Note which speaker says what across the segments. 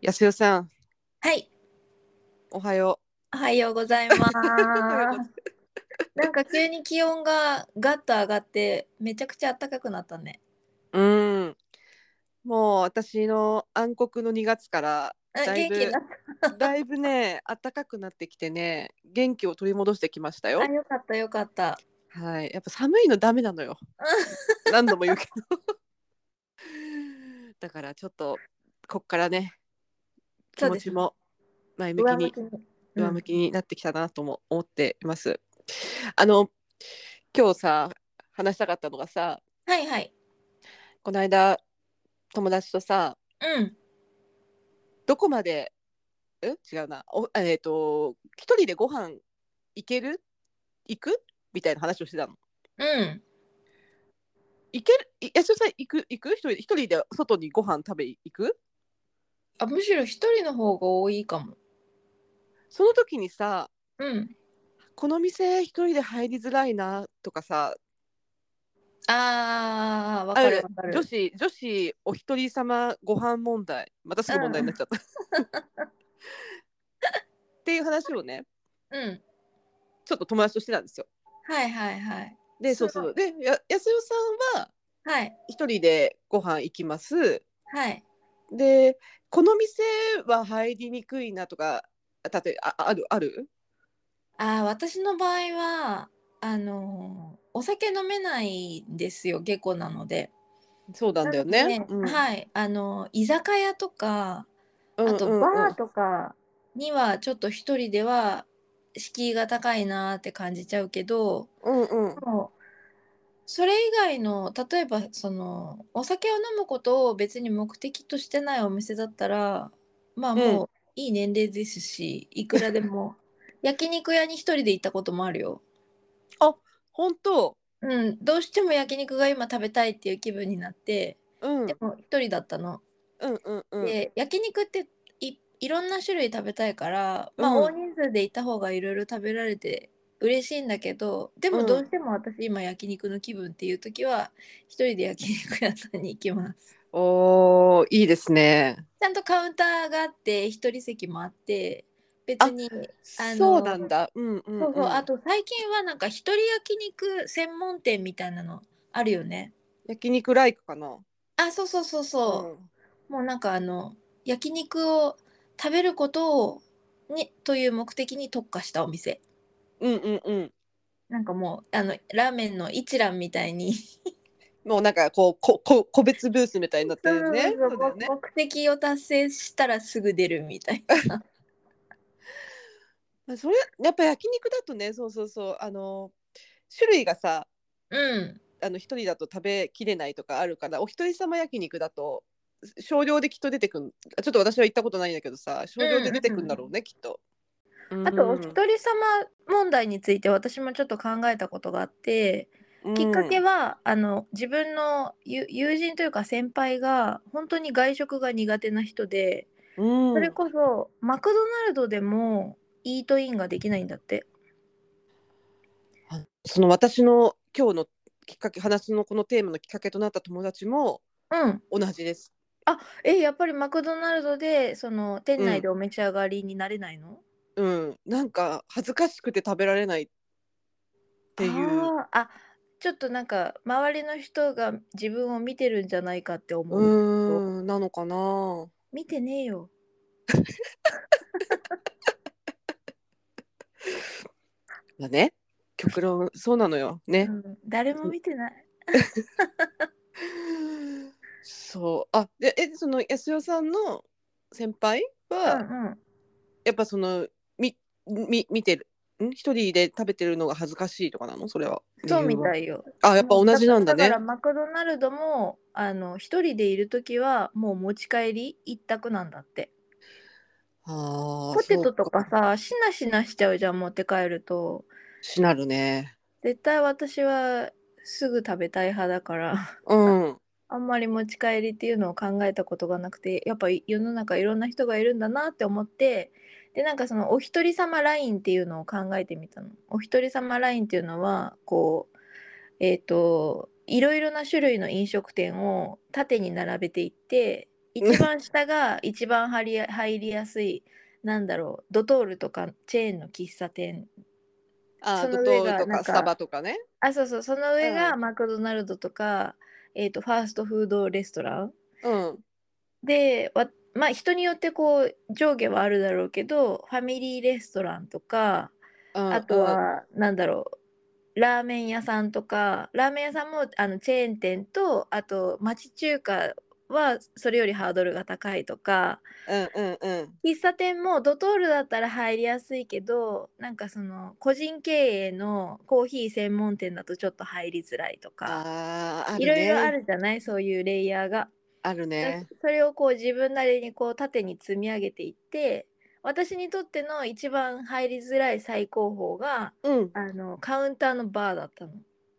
Speaker 1: 安代さん、
Speaker 2: はい、
Speaker 1: おはよ
Speaker 2: おはようござい ます。なんか急に気温がガッと上がって、めちゃくちゃ暖かくなったね。
Speaker 1: う。うん。もう私の暗黒の2月 から
Speaker 2: あ
Speaker 1: だい
Speaker 2: 元
Speaker 1: ぶ
Speaker 2: 気だっ
Speaker 1: だいぶね暖かくなってきてね元気を取り戻してきましたよ
Speaker 2: た。あ、。よかったよかった。
Speaker 1: はい、やっぱ寒いのダメな のよ。何度も言うけど。だからちょっとこっからね気
Speaker 2: そう
Speaker 1: 持
Speaker 2: です
Speaker 1: ち
Speaker 2: ね
Speaker 1: も前向き
Speaker 2: 上
Speaker 1: に
Speaker 2: 向きに。
Speaker 1: 上向きになってきたなとも思っています。あの今日さ話したかったのがさ
Speaker 2: うんはいはい。
Speaker 1: この間友達とさ
Speaker 2: うん。
Speaker 1: どこまでん違うなおえっ、と一人でご飯行ける行くみたいな話をしてたの。
Speaker 2: うん。
Speaker 1: 行けるい安代さん行く行く一人で一人で外にご飯食べ行く
Speaker 2: あ、むしろ一人の方が多いかも。
Speaker 1: その時にさ
Speaker 2: うん。
Speaker 1: この店一人で入りづらいなとかさ
Speaker 2: ああ、わ
Speaker 1: あ
Speaker 2: かる
Speaker 1: る
Speaker 2: わかる。
Speaker 1: 女子女子お一人様ご飯問題またすぐ問題になっちゃった。っていう話をね
Speaker 2: うん。
Speaker 1: ちょっと友達としてたんですよ。
Speaker 2: はいはいはい。
Speaker 1: でそうそうでや安代さんは
Speaker 2: はい
Speaker 1: 一人でご飯行きます
Speaker 2: はい。
Speaker 1: でこの店は入りにくいなとか例えばああるある
Speaker 2: あー私の場合はあのーお酒飲めないんですよ下戸なので。
Speaker 1: そうなんだよね。
Speaker 2: なのではいあのー居酒屋とか
Speaker 1: あ
Speaker 2: あとバーとかにはちょっと一人では敷居が高いなーって感じちゃうけど
Speaker 1: うんうん
Speaker 2: でもそれ以外の例えばそのお酒を飲むことを別に目的としてないお店だったらまあもういい年齢ですし、いくら でも焼肉屋に一人で行ったこともあるよ。
Speaker 1: 本当
Speaker 2: うん、どうしても焼肉が今食べたいっていう気分になって、
Speaker 1: うん
Speaker 2: でも一人だったの。
Speaker 1: うんうんうん
Speaker 2: で、焼肉っていいろんな種類食べたいから、まあ
Speaker 1: うん
Speaker 2: 大人数でいた方がいろいろ食べられて嬉しいんだけど、で
Speaker 1: う
Speaker 2: も
Speaker 1: ん
Speaker 2: どうしても私今焼肉の気分っていう時は一人で焼肉屋さんに行きます。
Speaker 1: おーいいですね。
Speaker 2: ちゃんとカウンターがあって一人席もあって、別にあのー
Speaker 1: そうなんだ。うんうん、うん、
Speaker 2: そうそうあと最近はなんか一人焼肉専門店みたいなのあるよね。
Speaker 1: 焼肉ライクかな。
Speaker 2: あ、そうそうそうそう。
Speaker 1: うん
Speaker 2: もうなんかあの焼肉を食べることをにという目的に特化したお店
Speaker 1: うんうんうん。
Speaker 2: なんかもうあのラーメンの一覧みたいに
Speaker 1: もうなんかこうここ個別ブースみたいになってる ね。そうだよね。
Speaker 2: 目的を達成したらすぐ出るみたいな
Speaker 1: まあそれやっぱ焼肉だとね、そうそうそうあの種類がさ。
Speaker 2: うん
Speaker 1: あの一人だと食べきれないとかあるからお一人様焼肉だと少量できっと出てくんあちょっと私は行ったことないんだけどさ少量で出てくんだろうね、きっと。
Speaker 2: あとお一人様問題について私もちょっと考えたことがあって、きっかけ
Speaker 1: は、
Speaker 2: はあの自分の友友人というか先輩が本当に外食が苦手な人で、
Speaker 1: うん
Speaker 2: それこそマクドナルドでもイートインができないんだって。
Speaker 1: あその私の今日のきっかけ話のこのテーマのきっかけとなった友達も
Speaker 2: うん、
Speaker 1: 同じです。
Speaker 2: えやっぱりマクドナルドでその店内でお召し上がりになれないの、
Speaker 1: うん、なんか恥ずかしくて食べられないっていう。
Speaker 2: あーあちょっとなんか周りの人が自分を見てるんじゃないかって思
Speaker 1: う
Speaker 2: う、
Speaker 1: ーんなのかな。
Speaker 2: 見てねえよ
Speaker 1: だね。極論そうなのよね。
Speaker 2: うん誰も見てない
Speaker 1: そうあでえその安代さんの先輩
Speaker 2: うん
Speaker 1: は、
Speaker 2: うん
Speaker 1: やっぱそのみみ見てるん一人で食べてるのが恥ずかしいとかなのそれは
Speaker 2: そうみた
Speaker 1: い
Speaker 2: いよ
Speaker 1: あやっぱ同じなんだね
Speaker 2: だからマクドナルドもあの一人でいる時はもう持ち帰り一択なんだって
Speaker 1: あー
Speaker 2: ポテ
Speaker 1: そ
Speaker 2: ト
Speaker 1: う
Speaker 2: とかさしなしなしちゃうじゃん持って帰ると
Speaker 1: しなるね
Speaker 2: 絶対私はすぐ食べたい派だから
Speaker 1: うん
Speaker 2: あんまり持ち帰りっていうのを考えたことがなくてやっぱり世の中いろんな人がいるんだなって思ってでなんかそのお一人様ラインっていうのを考えてみたの。お一人様ラインっていうのはこうえっ、といろいろな種類の飲食店を縦に並べていって一番下が一番入りや入りやすいなんだろうドトールとかチェーンの喫茶店
Speaker 1: あ
Speaker 2: そ
Speaker 1: ード
Speaker 2: の
Speaker 1: ト
Speaker 2: 上
Speaker 1: ール
Speaker 2: が
Speaker 1: と
Speaker 2: なん
Speaker 1: か
Speaker 2: か
Speaker 1: スタバとかね。
Speaker 2: あそうそうその上
Speaker 1: う
Speaker 2: がマクドナルドとか、えー、とファーストフードレストラン
Speaker 1: うん。
Speaker 2: でわまあ人によってこう上下はあるだろうけどファミリーレストランとか
Speaker 1: うん
Speaker 2: あと、はなんだろうラーメン屋さんとかラーメン屋さんもあのチェーン店とあと町中華はそれよりハードルが高いとか
Speaker 1: うんうんうん。
Speaker 2: 喫茶店もドトールだったら入りやすいけどなんかその個人経営のコーヒー専門店だとちょっと入りづらいとか
Speaker 1: ああ、あるね。
Speaker 2: いろいろあるじゃないそういうレイヤーが。
Speaker 1: あるね。
Speaker 2: それをこう自分なりにこう縦に積み上げていって私にとっての一番入りづらい最高峰が
Speaker 1: うん。
Speaker 2: あのカウンターのバーだったの。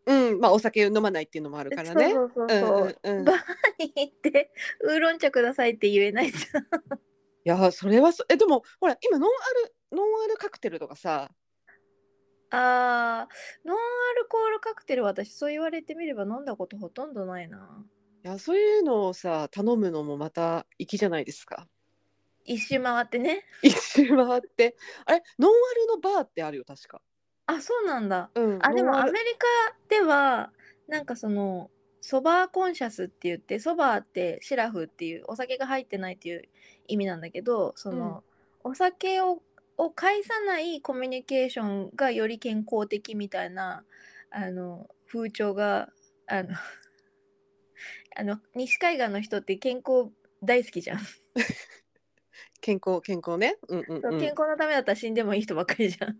Speaker 1: うん。まあ、お酒飲まないっていうのもあるからね。
Speaker 2: そうそう
Speaker 1: う
Speaker 2: そうんそう、
Speaker 1: うんうん。い
Speaker 2: バーに行ってウーロン茶くださいって言えないじゃん。
Speaker 1: や、それはそ、え、でも、ほら、今ノンアル、ノンアルカクテルとかさ。
Speaker 2: あーノンアルコールカクテル私そう言われてみれば飲んだことほとんどないない
Speaker 1: や、そういうのをさ、頼むのもまた粋じゃないですか。
Speaker 2: 一周回ってね
Speaker 1: 一周回って、あれ、ノンアルのバーってあるよ、確か。
Speaker 2: あそうなんだ
Speaker 1: うん。
Speaker 2: あで
Speaker 1: ノン
Speaker 2: も
Speaker 1: ア
Speaker 2: ア
Speaker 1: ル
Speaker 2: メリカではなんかそのソバーコンシャスって言ってソバーってシラフっていうお酒が入ってないっていう意味なんだけどその、お酒をを介さないコミュニケーションがより健康的みたいなあの風潮があの あの西海岸の人って健康大好きじゃん、
Speaker 1: 健康、健康ね。うんうん、うん。
Speaker 2: 健康のためだったら死んでもいい人ばっかりじゃん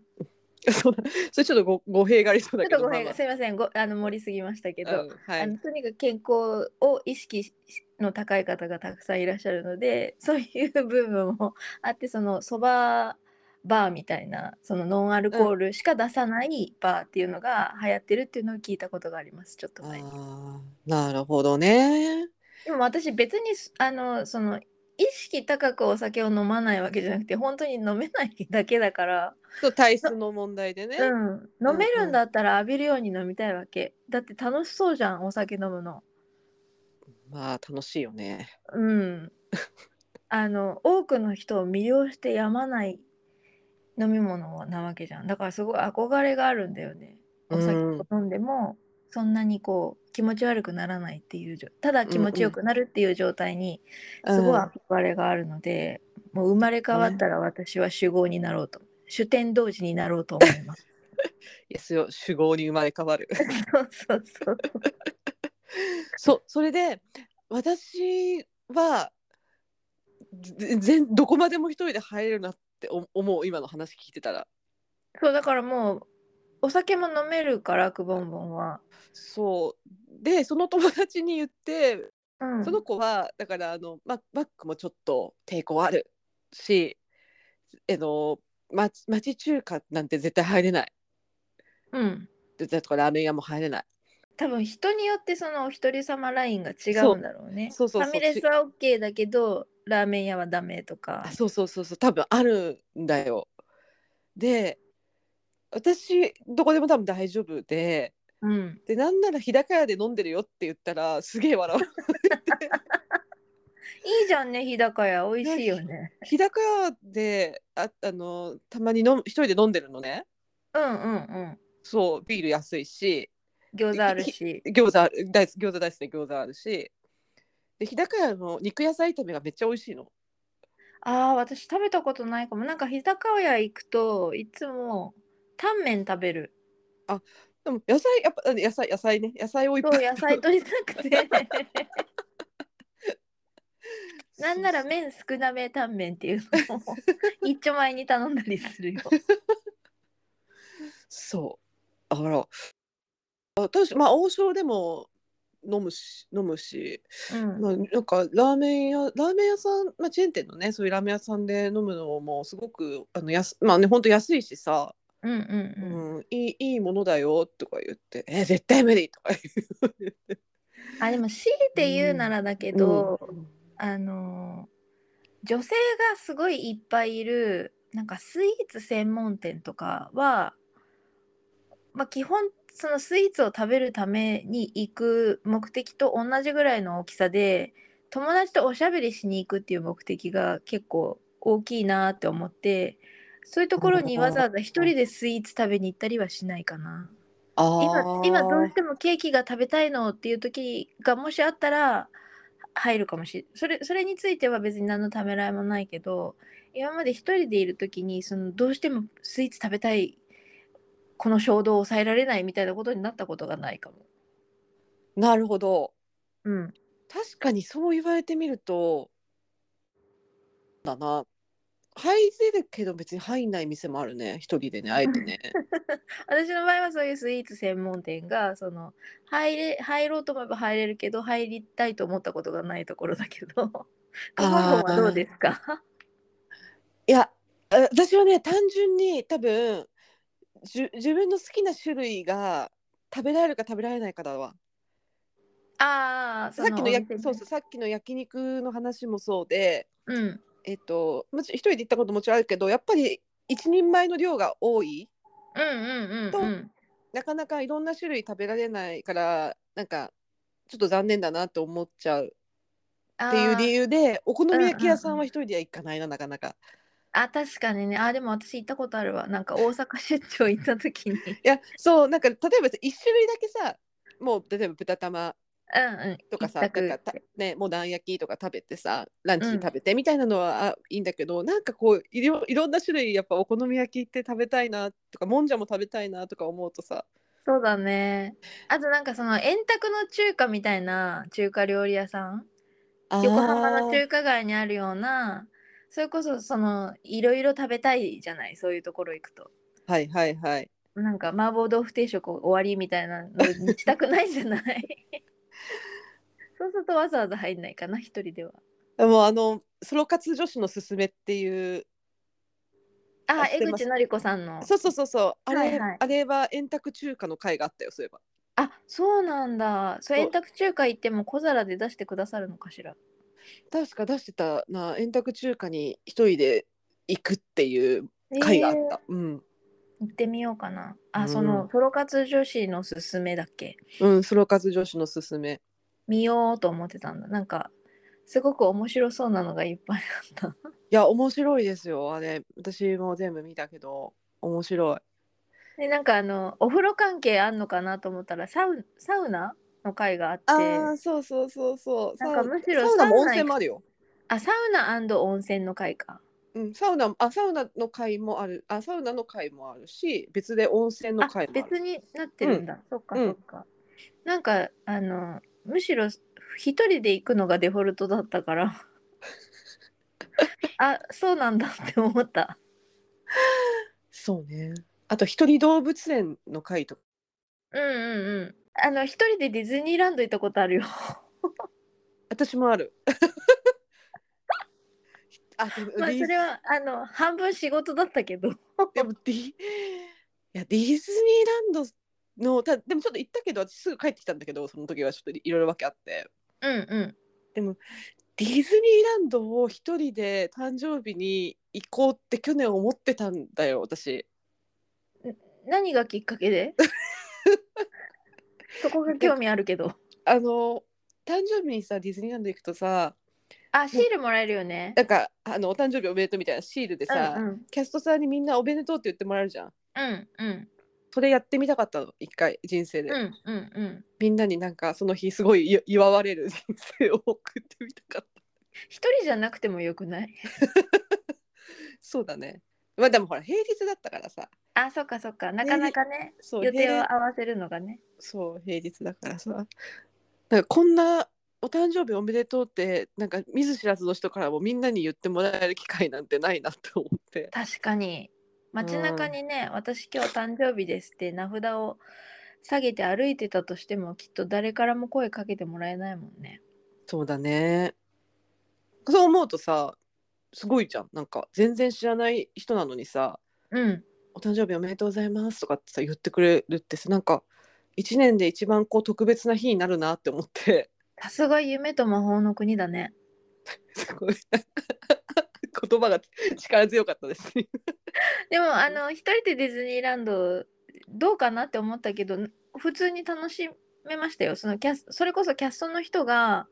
Speaker 2: ち
Speaker 1: そうだそれちょっとご語弊がありそうだけ
Speaker 2: ょっと
Speaker 1: ど。
Speaker 2: ごめん、
Speaker 1: まあ
Speaker 2: すいませんごあの盛りすぎましたけ
Speaker 1: まあ
Speaker 2: ど、
Speaker 1: うんは
Speaker 2: あの
Speaker 1: い。
Speaker 2: とにかく健康を意識しの高い方がたくさんいらっしゃるので そういう部分もあってそのそばバーみたいなそのノンアルコールしか出さないバーっていうのが流行ってるっていうのを聞いたことがありますちょっと前に。
Speaker 1: あーなるほどね。
Speaker 2: でも私別にすあのその意識高くお酒を飲まないわけじゃなくて本当に飲めないだけだから、
Speaker 1: そう体質の問題でね。
Speaker 2: うん、飲めるんだったら浴びるように飲みたいわけだって楽しそうじゃんお酒飲むの。
Speaker 1: まあ楽しいよね。
Speaker 2: うん、 あの多くの人を魅了してやまない飲み物なわけじゃんだからすごい憧れがあるんだよねお酒
Speaker 1: うん
Speaker 2: を飲んでもそんなにこう気持ち悪くならないっていうじょただ気
Speaker 1: うんう
Speaker 2: 持
Speaker 1: ん
Speaker 2: ちよくなるっていう状態にすごい
Speaker 1: うん
Speaker 2: 憧れがあるので、もう生まれ変わったら私は酒豪になろうと酒天童子になろうと思い ます
Speaker 1: いやそれを主語に生まれ変わる。
Speaker 2: そうそうそう
Speaker 1: そうそれで私はぜ全どこまでも一人で入れるなってお思う今の話聞いてたら。
Speaker 2: そうだからもうお酒も飲めるからくぼんぼんは、
Speaker 1: そうでその友達に言って
Speaker 2: うん、
Speaker 1: その子はだからあのまバックもちょっと抵抗あるしえのま町中華なんて絶対入れない
Speaker 2: うん
Speaker 1: でだとかラーメン屋も入れない
Speaker 2: 多分人によってそのお一人様ラインが違うんだろうね。
Speaker 1: そうそうそう
Speaker 2: ファミレスは OK だけどラーメン屋はダメとか
Speaker 1: あ。そうそうそうそう多分あるんだよで私どこでも多分大丈夫で
Speaker 2: うん、
Speaker 1: でなんなら日高屋で飲んでるよって言ったらすげえ笑 う
Speaker 2: いいじゃんね日高屋美味しいよね。
Speaker 1: 日高屋でああのたまに飲む一人で飲んでるのね
Speaker 2: うんうんうん。
Speaker 1: そうビール安いし
Speaker 2: 餃子あるし。
Speaker 1: 餃子ある大好き餃子大好きで餃子あるしで日高屋の肉野菜炒めがめっちゃ美味しいの
Speaker 2: ああ私食べたことないかも。なんか日高屋行くといつもタンメン食べる。
Speaker 1: でも野菜やっぱあの野菜野菜ね野菜をいっ
Speaker 2: そ
Speaker 1: ぱ
Speaker 2: う
Speaker 1: い
Speaker 2: 野菜取りた くて。 なんなら
Speaker 1: そう
Speaker 2: 麺少なめタンメンっていう のを一丁前に頼んだりするよ。
Speaker 1: そうあら私まあ王将でも飲むし飲むし、
Speaker 2: うん
Speaker 1: まあ、なんかラーメン屋ラーメン屋さん、まあ、チェーン店のねそういうラーメン屋さんで飲むのもすごくあの安まあね本当安いしさ、
Speaker 2: うんうん
Speaker 1: う
Speaker 2: うん。
Speaker 1: ん、いいいいものだよとか言って「え絶対無理」とか言う
Speaker 2: あでも強いて言うならだけど、あのー女性がすごいいっぱいいるなんかスイーツ専門店とかは、まあ、基本そのスイーツを食べるために行く目的と同じぐらいの大きさで友達とおしゃべりしに行くっていう目的が結構大きいなって思ってそういうところにわざわざ一人でスイーツ食べに行ったりはしないかな。今
Speaker 1: あー
Speaker 2: 今どうしてもケーキが食べたいのっていう時がもしあったら入るかもしれないそれそれについては別に何のためらいもないけど今まで一人でいる時にそのどうしてもスイーツ食べたいこの衝動を抑えられないみたいなことになったことがないかも。
Speaker 1: なるほど
Speaker 2: うん、
Speaker 1: 確かにそう言われてみるとだな入れるけど別に入んない店もあるね一人でねあえてね
Speaker 2: 私の場合はそういうスイーツ専門店がその入れ入ろうと思えば入れるけど入りたいと思ったことがないところだけ ど。カバンはどうですか
Speaker 1: いやあ私はね単純に多分じゅ自分の好きな種類が食べられるか食べられないかだわ
Speaker 2: ああー、
Speaker 1: さっきのや
Speaker 2: お店ね
Speaker 1: そうそうさっきの焼肉の話もそうで
Speaker 2: うん。
Speaker 1: えっともち一人で行ったことももちろんあるけどやっぱり一人前の量が多い
Speaker 2: うんうん
Speaker 1: と
Speaker 2: うんうん。
Speaker 1: なかなかいろんな種類食べられないからなんかちょっと残念だなと思っちゃう
Speaker 2: あ
Speaker 1: っていう理
Speaker 2: 由
Speaker 1: 由でお好み焼き屋さん
Speaker 2: うんうんう
Speaker 1: は一人では行かないななかなか
Speaker 2: あ確かにねあでも私行ったことあるわなんか大阪出張行った時 に
Speaker 1: いやそうなんか例えばさ一種類だけさもう例えば豚玉
Speaker 2: うんうん
Speaker 1: とかさ
Speaker 2: 一
Speaker 1: なん
Speaker 2: 択
Speaker 1: かたねもう何焼きとか食べてさランチに食べてみたいなのは、あいいんだけどなんかこういろいろんな種類やっぱお好み焼きって食べたいなとかもんじゃも食べたいなとか思うとさ
Speaker 2: そうだねあとなんかその円卓の中華みたいな中華料理屋さん横浜の中華街にあるようなそれこそそのいろいろ食べたいじゃないそういうところ行くと
Speaker 1: はいはいはい
Speaker 2: なんか麻婆豆腐定食終わりみたいなのにしたくないじゃない そうするとわざわざ入んないかな一人では
Speaker 1: でもあのソロ活女子のすすめっていうあ
Speaker 2: あ
Speaker 1: 知っ
Speaker 2: 江
Speaker 1: てます
Speaker 2: 口のり子さんの
Speaker 1: そうそうそうそうあれ、
Speaker 2: はいはい
Speaker 1: あれは円卓中華の会があったよそういえば
Speaker 2: あ、そうなんだ。そ
Speaker 1: そ
Speaker 2: う、
Speaker 1: う
Speaker 2: 円卓中華行っても小皿で出してくださるのかしら。
Speaker 1: 確か出してたな円卓中華に一人で行くっていう会があっ
Speaker 2: えー
Speaker 1: た、うん
Speaker 2: 行ってみようかな。
Speaker 1: う
Speaker 2: あ、
Speaker 1: ん
Speaker 2: その、ソロ活女子のすすめだっけ。
Speaker 1: うんソロ活女子のすすめ
Speaker 2: 見ようと思ってたんだ。なんか、すごく面白そうなのがいっぱい あった。
Speaker 1: いや面白いですよあれ私も全部見たけど面白い
Speaker 2: で、なんかあの、お風呂関係あんのかなと思ったら、サウ、サウナの会があって、
Speaker 1: あーそうそうそうそう
Speaker 2: なんか
Speaker 1: サウ
Speaker 2: むしろ
Speaker 1: サウナも
Speaker 2: サウナ
Speaker 1: 温泉もあるよ、
Speaker 2: あ、サウナ温泉の会か。
Speaker 1: うん、サウナあサウナの会もあるあサウナの会もあるし別で温泉の
Speaker 2: あ
Speaker 1: 会もある
Speaker 2: 別になってるんだ、そっか
Speaker 1: うん
Speaker 2: そっか、なんかあのむしろ一人で行くのがデフォルトだったから あそうなんだって思った
Speaker 1: そうねあと一人動物園の会とか
Speaker 2: うんうんうんあの一人でディズニーランド行ったこと あるよ
Speaker 1: 私もある あでも
Speaker 2: まあ
Speaker 1: ディズ
Speaker 2: それはあの半分仕事だったけど
Speaker 1: でもディいやディズニーランドのたでもちょっと行ったけど私すぐ帰ってきたんだけどその時はちょっといろいろわけあって
Speaker 2: うんうん
Speaker 1: ディズニーランドを一人で誕生日に行こうって去年思ってたんだよ私
Speaker 2: 何がきっかけで そこが興味あるけど
Speaker 1: あの誕生日にさディズニーランド行くとさ
Speaker 2: あシールもらえるよね
Speaker 1: なんかあのお誕生日おめでとうみたいなシールでさ、
Speaker 2: うんうん
Speaker 1: キャストさんにみんなおめでとうって言ってもらえるじゃん
Speaker 2: うんうん
Speaker 1: それやってみたかったの一回人生で、
Speaker 2: うんうんうん
Speaker 1: みんなになんかその日すごい祝祝われる人生を送ってみたかった
Speaker 2: 一人じゃなくてもよくない
Speaker 1: そうだね。まあでもほら平日だったからさ、
Speaker 2: あ、そっかそっか。なかなかね、
Speaker 1: そう
Speaker 2: 予定
Speaker 1: 平
Speaker 2: を
Speaker 1: 日
Speaker 2: 合わせるのがね。
Speaker 1: そう平日だからさ、なんかこんなお誕生日おめでとうってなんか見ず知らずの人からもみんなに言ってもらえる機会なんてないなって思って。
Speaker 2: 確かに。街中にね、私今日誕生日ですって名札を下げて歩いてたとしても、きっと誰からも声かけてもらえないもんね。
Speaker 1: そうだね。そう思うとさ、すごいじゃん。なんか全然知らない人なのにさ、
Speaker 2: うん。
Speaker 1: お誕生日おめでとうございますとかってさ言ってくれるってさ、なんか一年で一番こう特別な日になるなって思って。
Speaker 2: さすが夢と魔法の国だね。
Speaker 1: すごい 言葉が力強かったです。
Speaker 2: でも、あの、一人でディズニーランドどうかなって思ったけど、普通に楽しめましたよそのキャスそれこそキャストの人が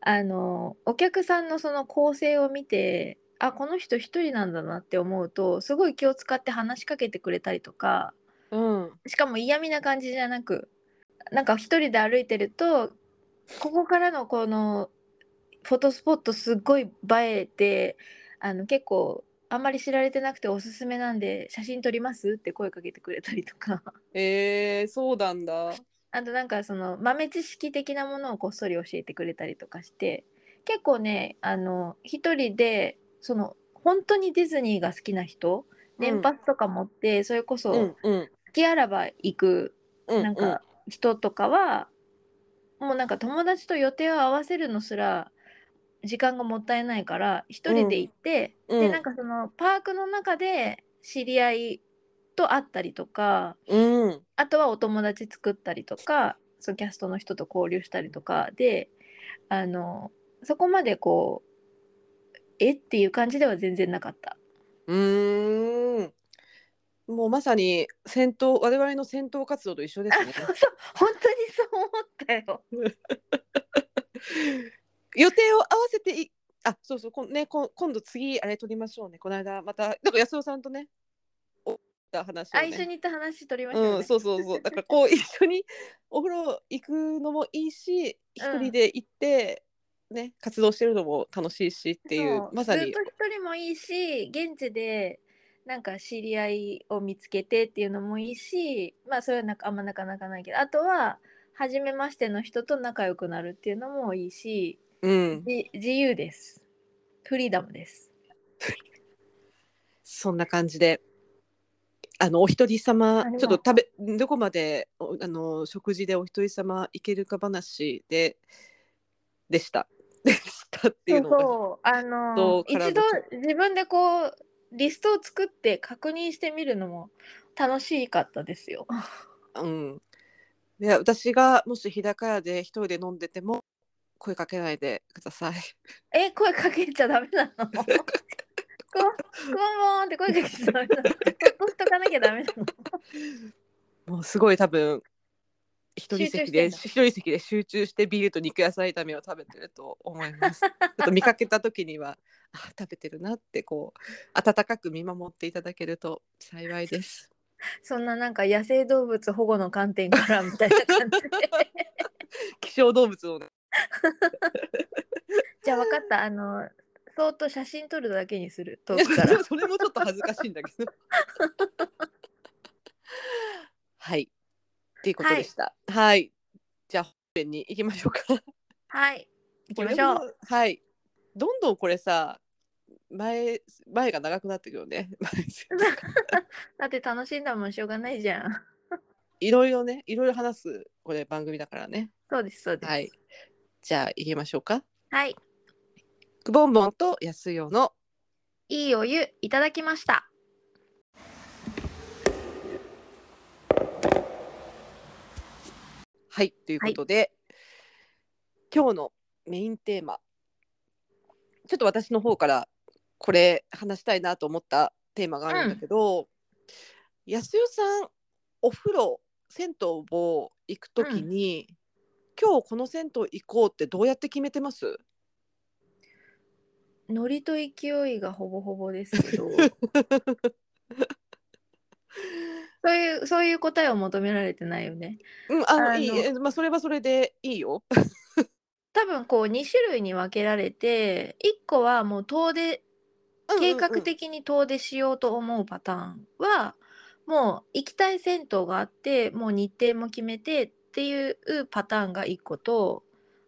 Speaker 2: あのお客さんのその構成を見てあこの人一人なんだなって思うとすごい気を使って話しかけてくれたりとか
Speaker 1: うん
Speaker 2: しかも嫌味な感じじゃなくなんか一人で歩いてるとここからのこのフォトスポットすっごい映えてあの結構あんまり知られてなくておすすめなんで写真撮りますって声かけてくれたりとか
Speaker 1: えー、そうなんだ
Speaker 2: あとなんかその豆知識的なものをこっそり教えてくれたりとかして結構ねあの一人でその本当にディズニーが好きな人年パスとか持って、それこそ
Speaker 1: う
Speaker 2: 好
Speaker 1: んうん
Speaker 2: きあらば行く
Speaker 1: うん
Speaker 2: なんか人とかは、もうなんか友達と予定を合わせるのすら時間がもったいないから一人で行って、
Speaker 1: うんう
Speaker 2: で
Speaker 1: ん
Speaker 2: なんかそのパークの中で知り合いと会ったりとか
Speaker 1: うん
Speaker 2: あとはお友達作ったりとかそのキャストの人と交流したりとかであのそこまでこうえっていう感じでは全然なかった。
Speaker 1: うーんもうまさに戦闘我々の戦闘活動と一緒 ですね
Speaker 2: 本当にそう思ったよ。
Speaker 1: 予定を合わせていあそうそうこんねこ今度次あれ取りましょうねこの間またなんか安尾さんとねおった話を、
Speaker 2: あ
Speaker 1: ね、
Speaker 2: 一緒に行った話取りましたよ
Speaker 1: う
Speaker 2: ね
Speaker 1: ん、。そうそうそうだからこう一緒にお風呂行くのもいいし一人で行って、ね活動してるのも楽しいしっていう
Speaker 2: そ
Speaker 1: まさに
Speaker 2: ずっと一人もいいし現地でなんか知り合いを見つけてっていうのもいいしまあそれはなんかあんまなかなかないけどあとは初めましての人と仲良くなるっていうのもいいし
Speaker 1: うん
Speaker 2: じ自由ですフリーダムです
Speaker 1: そんな感じで。あのお一人様
Speaker 2: あれは
Speaker 1: ちょっと食べどこまでおあの食事でお一人様行けるか話ででした でしたっていうの
Speaker 2: そう
Speaker 1: が
Speaker 2: そうあの
Speaker 1: と
Speaker 2: 一
Speaker 1: 絡む
Speaker 2: 度自分でこうリストを作って確認してみるのも楽しかったですよ。
Speaker 1: うん、で私がもし日高屋で一人で飲んでても声かけないでください。
Speaker 2: え声かけちゃダメなの くわくわもんって声かけちゃダメなのほっとかなきゃダメなの
Speaker 1: もうすごい多分一人席で
Speaker 2: 集中し
Speaker 1: 一人席で集中してビールと肉野菜炒めを食べてると思い ます。ちょっと見かけた時にはあ食べてるなってこう温かく見守っていただけると幸い です。
Speaker 2: そんななんか野生動物保護の観点からみたいな感じで
Speaker 1: 希少動物をね、
Speaker 2: じゃあ分かったあのそーっと写真撮るだけにする遠くか
Speaker 1: い
Speaker 2: ら
Speaker 1: やそれもちょっと恥ずかしいんだけ ど。はい。っていうことでした。はい。じゃあ本編に行きましょうか。
Speaker 2: はい行き
Speaker 1: これ
Speaker 2: ましょう
Speaker 1: もはい。どんどんこれさ、前前が長くなってくるよね。
Speaker 2: だって楽しんだもんしょうがないじゃん
Speaker 1: いろいろね、いろいろ話すこれ番組だからね。
Speaker 2: そうですそうです
Speaker 1: はい。じゃあ行きましょうか。
Speaker 2: はい、
Speaker 1: くぼんぼんと安代の
Speaker 2: いいお湯いただきました
Speaker 1: はいということで、今日のメインテーマ、ちょっと私の方からこれ話したいなと思ったテーマがあるんだけど、安代さんお風呂銭湯を行くときに、今日この銭湯行こうってどうやって決めて ます？
Speaker 2: ノリと勢いがほぼほぼです けどそういうそういう答えを求められてないよね
Speaker 1: うん、あの
Speaker 2: あの
Speaker 1: いいえ、まあそれはそれでいいよ。
Speaker 2: 多分こう2種類に分けられて1個はもう遠出計画
Speaker 1: うんうんうん
Speaker 2: 的に遠出しようと思うパターンはもう行きたい銭湯があってもう日程も決めてっていうパターンが1個と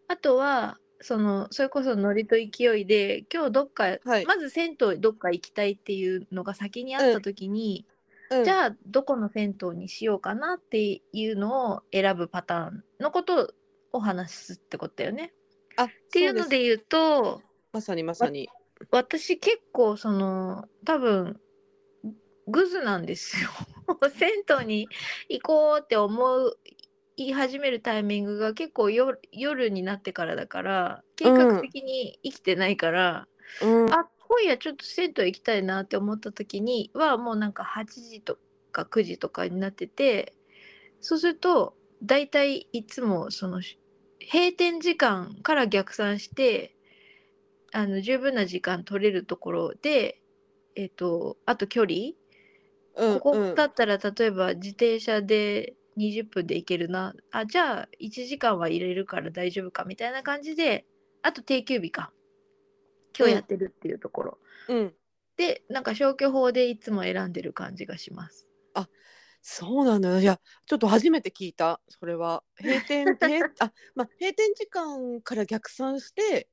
Speaker 2: あとはそのそれこそノリと勢いで今日どっか、
Speaker 1: はい
Speaker 2: まず銭湯どっか行きたいっていうのが先にあった時に、
Speaker 1: うん
Speaker 2: じゃあどこの銭湯にしようかなっていうのを選ぶパターンのことをお話しするってことだよね。
Speaker 1: あっ
Speaker 2: っていうので言うと
Speaker 1: まさにまさに。
Speaker 2: 私結構その多分グズなんですよ 銭湯に行こうって思う言い始めるタイミングが結構夜夜になってからだから計画的に生きてないから、
Speaker 1: うん
Speaker 2: あ今夜ちょっと銭湯行きたいなって思った時にはもうなんか8時とか9時とかになっててそうすると大体いつもその閉店時間から逆算してあの十分な時間取れるところで、えっとあと距離
Speaker 1: うんう
Speaker 2: ここ
Speaker 1: ん
Speaker 2: だったら例えば自転車で20分で行けるなあじゃあ1時間は入れるから大丈夫かみたいな感じであと定休日か今日やってるっていうところ、
Speaker 1: うん、
Speaker 2: でなんか消去法でいつも選んでる感じがします。
Speaker 1: そうなんだよいやちょっと初めて聞いたそれは閉 店閉あ、まあ、閉店時間から逆算して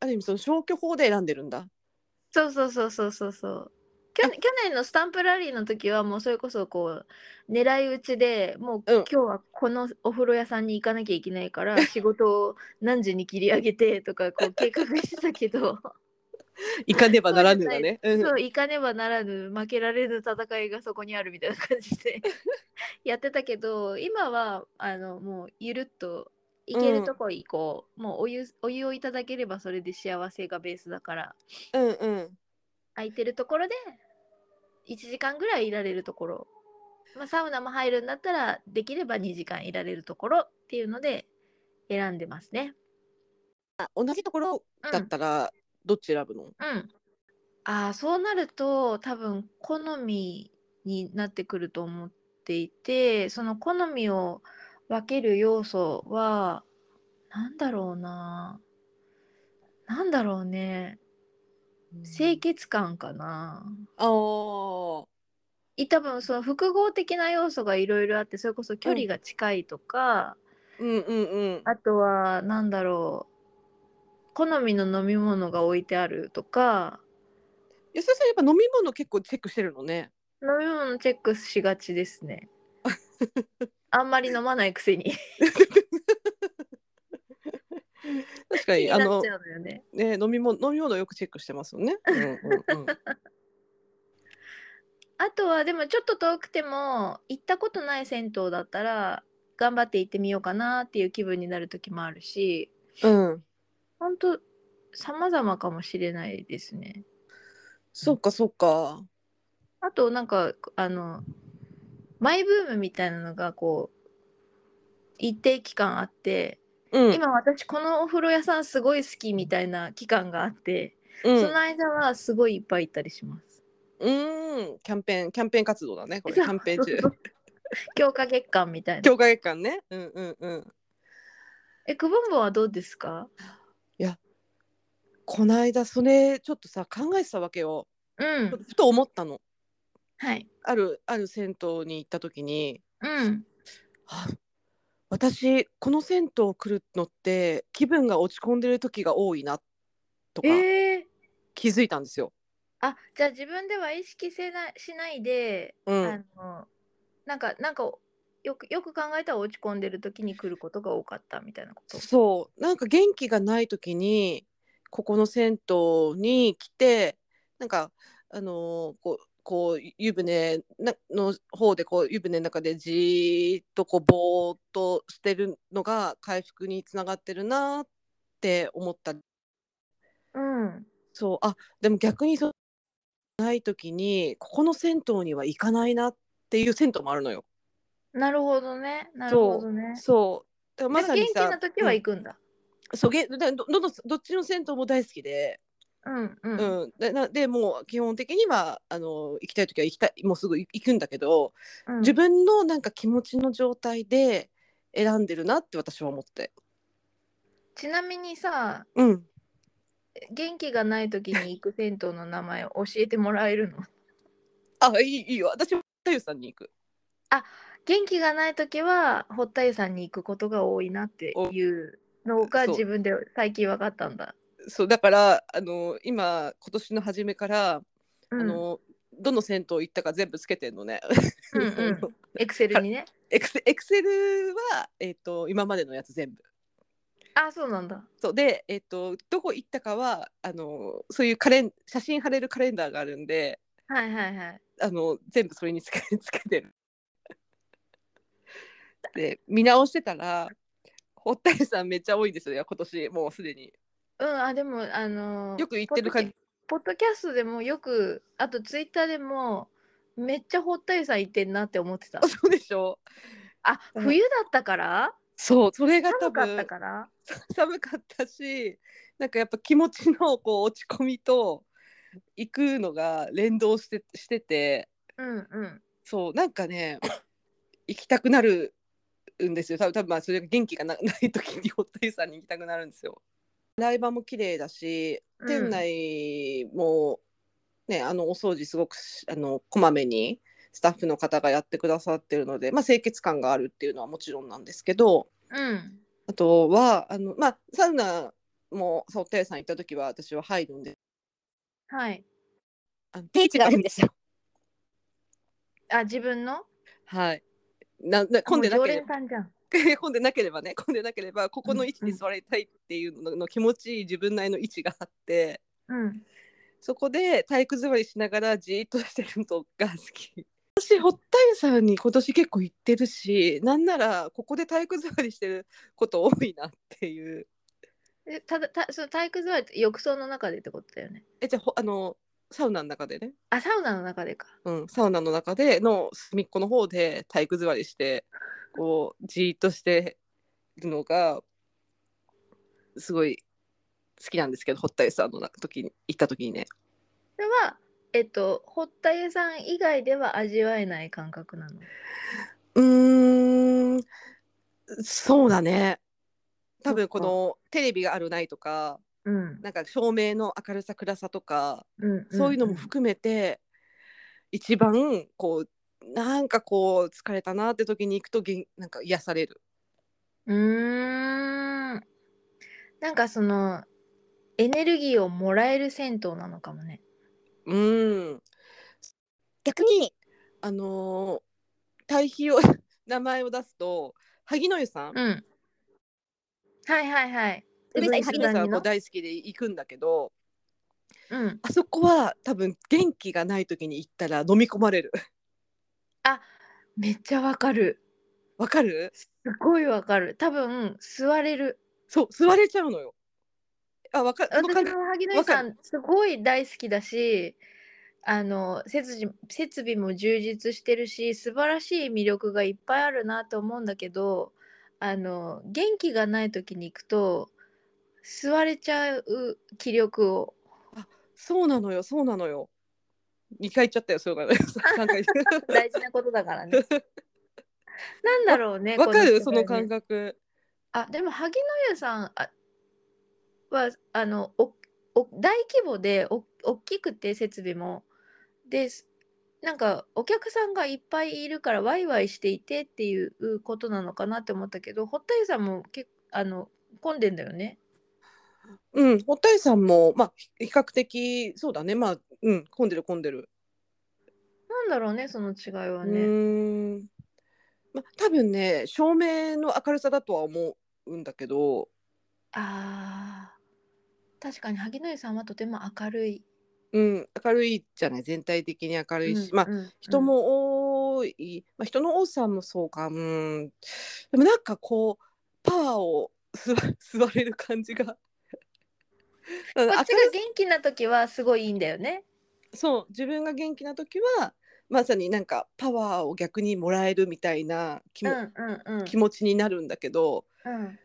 Speaker 1: ある意味その消去法で選んでるんだ
Speaker 2: そうそうそうそうそうそう去年去年のスタンプラリーの時はもうそれこそこう狙い撃ちでもう
Speaker 1: うん
Speaker 2: 今日はこのお風呂屋さんに行かなきゃいけないから仕事を何時に切り上げてとかこう計画してたけど
Speaker 1: 行かねばならぬがねうん
Speaker 2: そう行かねばならぬ負けられぬ戦いがそこにあるみたいな感じ でやってたけど今はあのもうゆるっと行けるとこ行こう、もうお湯お湯をいただければそれで幸せがベースだから。
Speaker 1: うんうん
Speaker 2: 空いてるところで1時間ぐらいいられるところ、まあ、サウナも入るんだったらできれば2時間いられるところっていうので選んでますね。
Speaker 1: 同じところ
Speaker 2: う
Speaker 1: だっ
Speaker 2: ん、
Speaker 1: たらどっち選ぶの、
Speaker 2: うん、ああそうなると多分好みになってくると思っていてその好みを分ける要素はなんだろうななんだろうね
Speaker 1: うん
Speaker 2: 清潔感かな。
Speaker 1: あー
Speaker 2: い多分その複合的な要素がいろいろあってそれこそ距
Speaker 1: う
Speaker 2: 離
Speaker 1: ん
Speaker 2: が近いとか、
Speaker 1: うんうんうん
Speaker 2: あとはなんだろう好みの飲み物が置いてあるとか
Speaker 1: 安田さんやっぱ飲み物結構チェックしてるのね
Speaker 2: 飲み物チェックしがちで すねあんまり飲まないくせに
Speaker 1: 確か
Speaker 2: 気に
Speaker 1: に
Speaker 2: な
Speaker 1: あ
Speaker 2: っち
Speaker 1: の
Speaker 2: ゃうのよね
Speaker 1: ね飲み物飲み物よくチェックしてますよねうんうんうん
Speaker 2: あとはでもちょっと遠くても行ったことない銭湯だったら頑張って行ってみようかなっていう気分になる時もあるし
Speaker 1: うん
Speaker 2: ほんと様々かもしれないですね
Speaker 1: そうかそうか。
Speaker 2: あとなんかあのマイブームみたいなのがこう一定期間あって、
Speaker 1: うん。
Speaker 2: 今私このお風呂屋さんすごい好きみたいな期間があって、
Speaker 1: うん
Speaker 2: その間はすごいいっぱい行ったりします。
Speaker 1: うーん。キャンペーンキャンペーン活動だね。これキャンペーン中。
Speaker 2: 強化月間みたいな。
Speaker 1: 強化月間ね。うんうんうん。
Speaker 2: えくぼんぼんはどうですか？
Speaker 1: こないだそれちょっとさ考えてたわけよ。
Speaker 2: う
Speaker 1: ちょっ
Speaker 2: ん
Speaker 1: とふと思ったの。
Speaker 2: はい
Speaker 1: あるある銭湯に行った時に、
Speaker 2: うん
Speaker 1: あ私この銭湯来るのって気分が落ち込んでる時が多いなと
Speaker 2: え
Speaker 1: か
Speaker 2: ー、
Speaker 1: 気づいたんですよ。
Speaker 2: あじゃあ自分では意識せなしないで、
Speaker 1: う
Speaker 2: あ
Speaker 1: ん。
Speaker 2: のなんかなんかよくよく考えたら落ち込んでる時に来ることが多かったみたいなこと。
Speaker 1: そうなんか元気がない時にここの銭湯に来てなんかあのーこうこう湯船なの方でこう湯船の中でじーっとこうぼーっとしてるのが回復につながってるなーって思った
Speaker 2: うん。
Speaker 1: そうあでも逆にそうない時にここの銭湯には行かないなっていう銭湯もあるのよ。
Speaker 2: なるほどね。なる
Speaker 1: そ
Speaker 2: ほどね
Speaker 1: う。そうだからま
Speaker 2: でも
Speaker 1: さ
Speaker 2: 元
Speaker 1: に
Speaker 2: 気
Speaker 1: さ、
Speaker 2: な時
Speaker 1: う
Speaker 2: は
Speaker 1: ん
Speaker 2: 行くんだ。
Speaker 1: そうげどどどのどっちの銭湯も大好きで。
Speaker 2: うんうん。
Speaker 1: うん、でなでもう基本的にはあの行きたい時は行きたいもうすぐ行くんだけど
Speaker 2: うん、
Speaker 1: 自分のなんか気持ちの状態で選んでるなって私は思って。
Speaker 2: ちなみにさ、
Speaker 1: うん、
Speaker 2: 元気がない時に行く銭湯の名前を教えてもらえるの
Speaker 1: あいいいいよ私は太陽さんに行く。
Speaker 2: 元気がない時は、堀田湯さんに行くことが多いなっていうのが
Speaker 1: そう
Speaker 2: 自分で最近分かったんだ。
Speaker 1: そうだからあの今今年の初めから
Speaker 2: う
Speaker 1: あ
Speaker 2: ん。うん
Speaker 1: のどの銭湯行ったか全部つけてんのね。
Speaker 2: うん。エクセルにね。
Speaker 1: エクセエクセルは、えっと今までのやつ全部。
Speaker 2: あ、そうなんだ。
Speaker 1: そうで、えっとどこ行ったかはあのそういうカレン写真貼れるカレンダーがあるんで。
Speaker 2: はいはいはい。
Speaker 1: あの全部それにつけつけてる。 で見直してたら堀田さんめっちゃ多いんですよいや今年もうすでに
Speaker 2: うん、あ、でも、あのー
Speaker 1: よく言ってる感じ。
Speaker 2: ポッドキャポッドキャストでもよく、あとツイッターでも、めっちゃ堀田湯さん行ってんなって思ってた
Speaker 1: あ。そうでしょ
Speaker 2: あ
Speaker 1: うん
Speaker 2: 冬だったから
Speaker 1: そうそれが多
Speaker 2: 寒かっ
Speaker 1: 分
Speaker 2: たから
Speaker 1: 寒かったしなんかやっぱ気持ちのこう落ち込みと行くのが連動してしてて
Speaker 2: うんうん
Speaker 1: そうなんかね行きたくなるんですよ多分多分まあそれが元気がな ない時に堀田湯さんに行きたくなるんですよ。ライバーも綺麗だし
Speaker 2: うん
Speaker 1: 店内も、ねあのお掃除すごくしあのこまめにスタッフの方がやってくださってるので、まあ、清潔感があるっていうのはもちろんなんですけど、
Speaker 2: うん
Speaker 1: あとはあの、まあ、サウナもそうテレさん行った時は私は入るんで
Speaker 2: はい
Speaker 1: あのビーチがあるんですよ。
Speaker 2: あ自分の
Speaker 1: はいなな混んでな
Speaker 2: もう
Speaker 1: け
Speaker 2: 常
Speaker 1: れ
Speaker 2: 連さんじゃん
Speaker 1: ば混んでなければね混んでなければここの位置に座りたいっていうのの気持ちいい自分内の位置があって
Speaker 2: うん
Speaker 1: そこで体育座りしながらじーっとしてるのが好き。 私堀田湯さんに今年結構行ってるしなんならここで体育座りしてること多いなっていう
Speaker 2: えただたその体育座りって浴槽の中でってことだよね
Speaker 1: えじゃあほあのサウナの中でね
Speaker 2: あサウナの中でか
Speaker 1: うん、サウナの中での隅っこの方で体育座りしてこうじーっとしてるのがすごい好きなんですけど堀田湯さんの時に行った時にね
Speaker 2: それはえっと堀田湯さん以外では味わえない感覚なの
Speaker 1: うーんそうだね多分このテレビがあるないとか
Speaker 2: うん
Speaker 1: なんか照明の明るさ暗さとか
Speaker 2: うん
Speaker 1: そういうのも
Speaker 2: ん
Speaker 1: 含めて、一番こうなんかこう疲れたなって時に行くとげんなんか癒される。
Speaker 2: うーんなんかそのエネルギーをもらえる銭湯なのかもね
Speaker 1: うん、
Speaker 2: 逆に
Speaker 1: あのー対比を 名前を出すと萩野湯さん
Speaker 2: うんはいはいはい
Speaker 1: 自分萩野湯さんはこ
Speaker 2: の
Speaker 1: う大好きで行くんだけど
Speaker 2: うん
Speaker 1: あそこは多分元気がない時に行ったら飲み込まれる
Speaker 2: めっちゃわかる
Speaker 1: わかる
Speaker 2: すごいわかる多分座れる
Speaker 1: そう座れちゃうのよあわかそ
Speaker 2: 私
Speaker 1: の
Speaker 2: も
Speaker 1: 感じ
Speaker 2: 萩野井さ
Speaker 1: わ
Speaker 2: んすごい大好きだしあの設備設備も充実してるし素晴らしい魅力がいっぱいあるなと思うんだけどあの元気がない時に行くと座れちゃう気力を
Speaker 1: そうなのよそうなのよ2回行っちゃったよそうなの よ3回
Speaker 2: 大事なことだか らね。なんだろうね
Speaker 1: わかる
Speaker 2: こ
Speaker 1: その
Speaker 2: の世界ね
Speaker 1: 感覚
Speaker 2: あでも萩野家さんあはあのおお大規模でお大きくて設備もですなんかお客さんがいっぱいいるからワイワイしていてっていうことなのかなって思ったけど堀田湯さんもけあの混んでんだよね。
Speaker 1: うん堀田湯さんもまあ比較的そうだねまあうん混んでる混んでる
Speaker 2: なんだろうねその違いは
Speaker 1: う
Speaker 2: ね。
Speaker 1: ーんまあ多分ね照明の明るさだとは思うんだけど、
Speaker 2: あー確かに萩野家さんはとても明るい。
Speaker 1: うん、明るいじゃない全体的に明るいし、まあ
Speaker 2: うんうん
Speaker 1: 人も多い、まあ、人の多さもそうかうんでもなんかこうパワーを吸わ 吸われる感じが。 だから
Speaker 2: こっち
Speaker 1: 明る
Speaker 2: が元気な時はすごいいいんだよね。
Speaker 1: そう自分が元気な時はまさになんかパワーを逆にもらえるみたいな気,、
Speaker 2: う
Speaker 1: も
Speaker 2: んうんうん。
Speaker 1: 気持ちになるんだけど、
Speaker 2: うん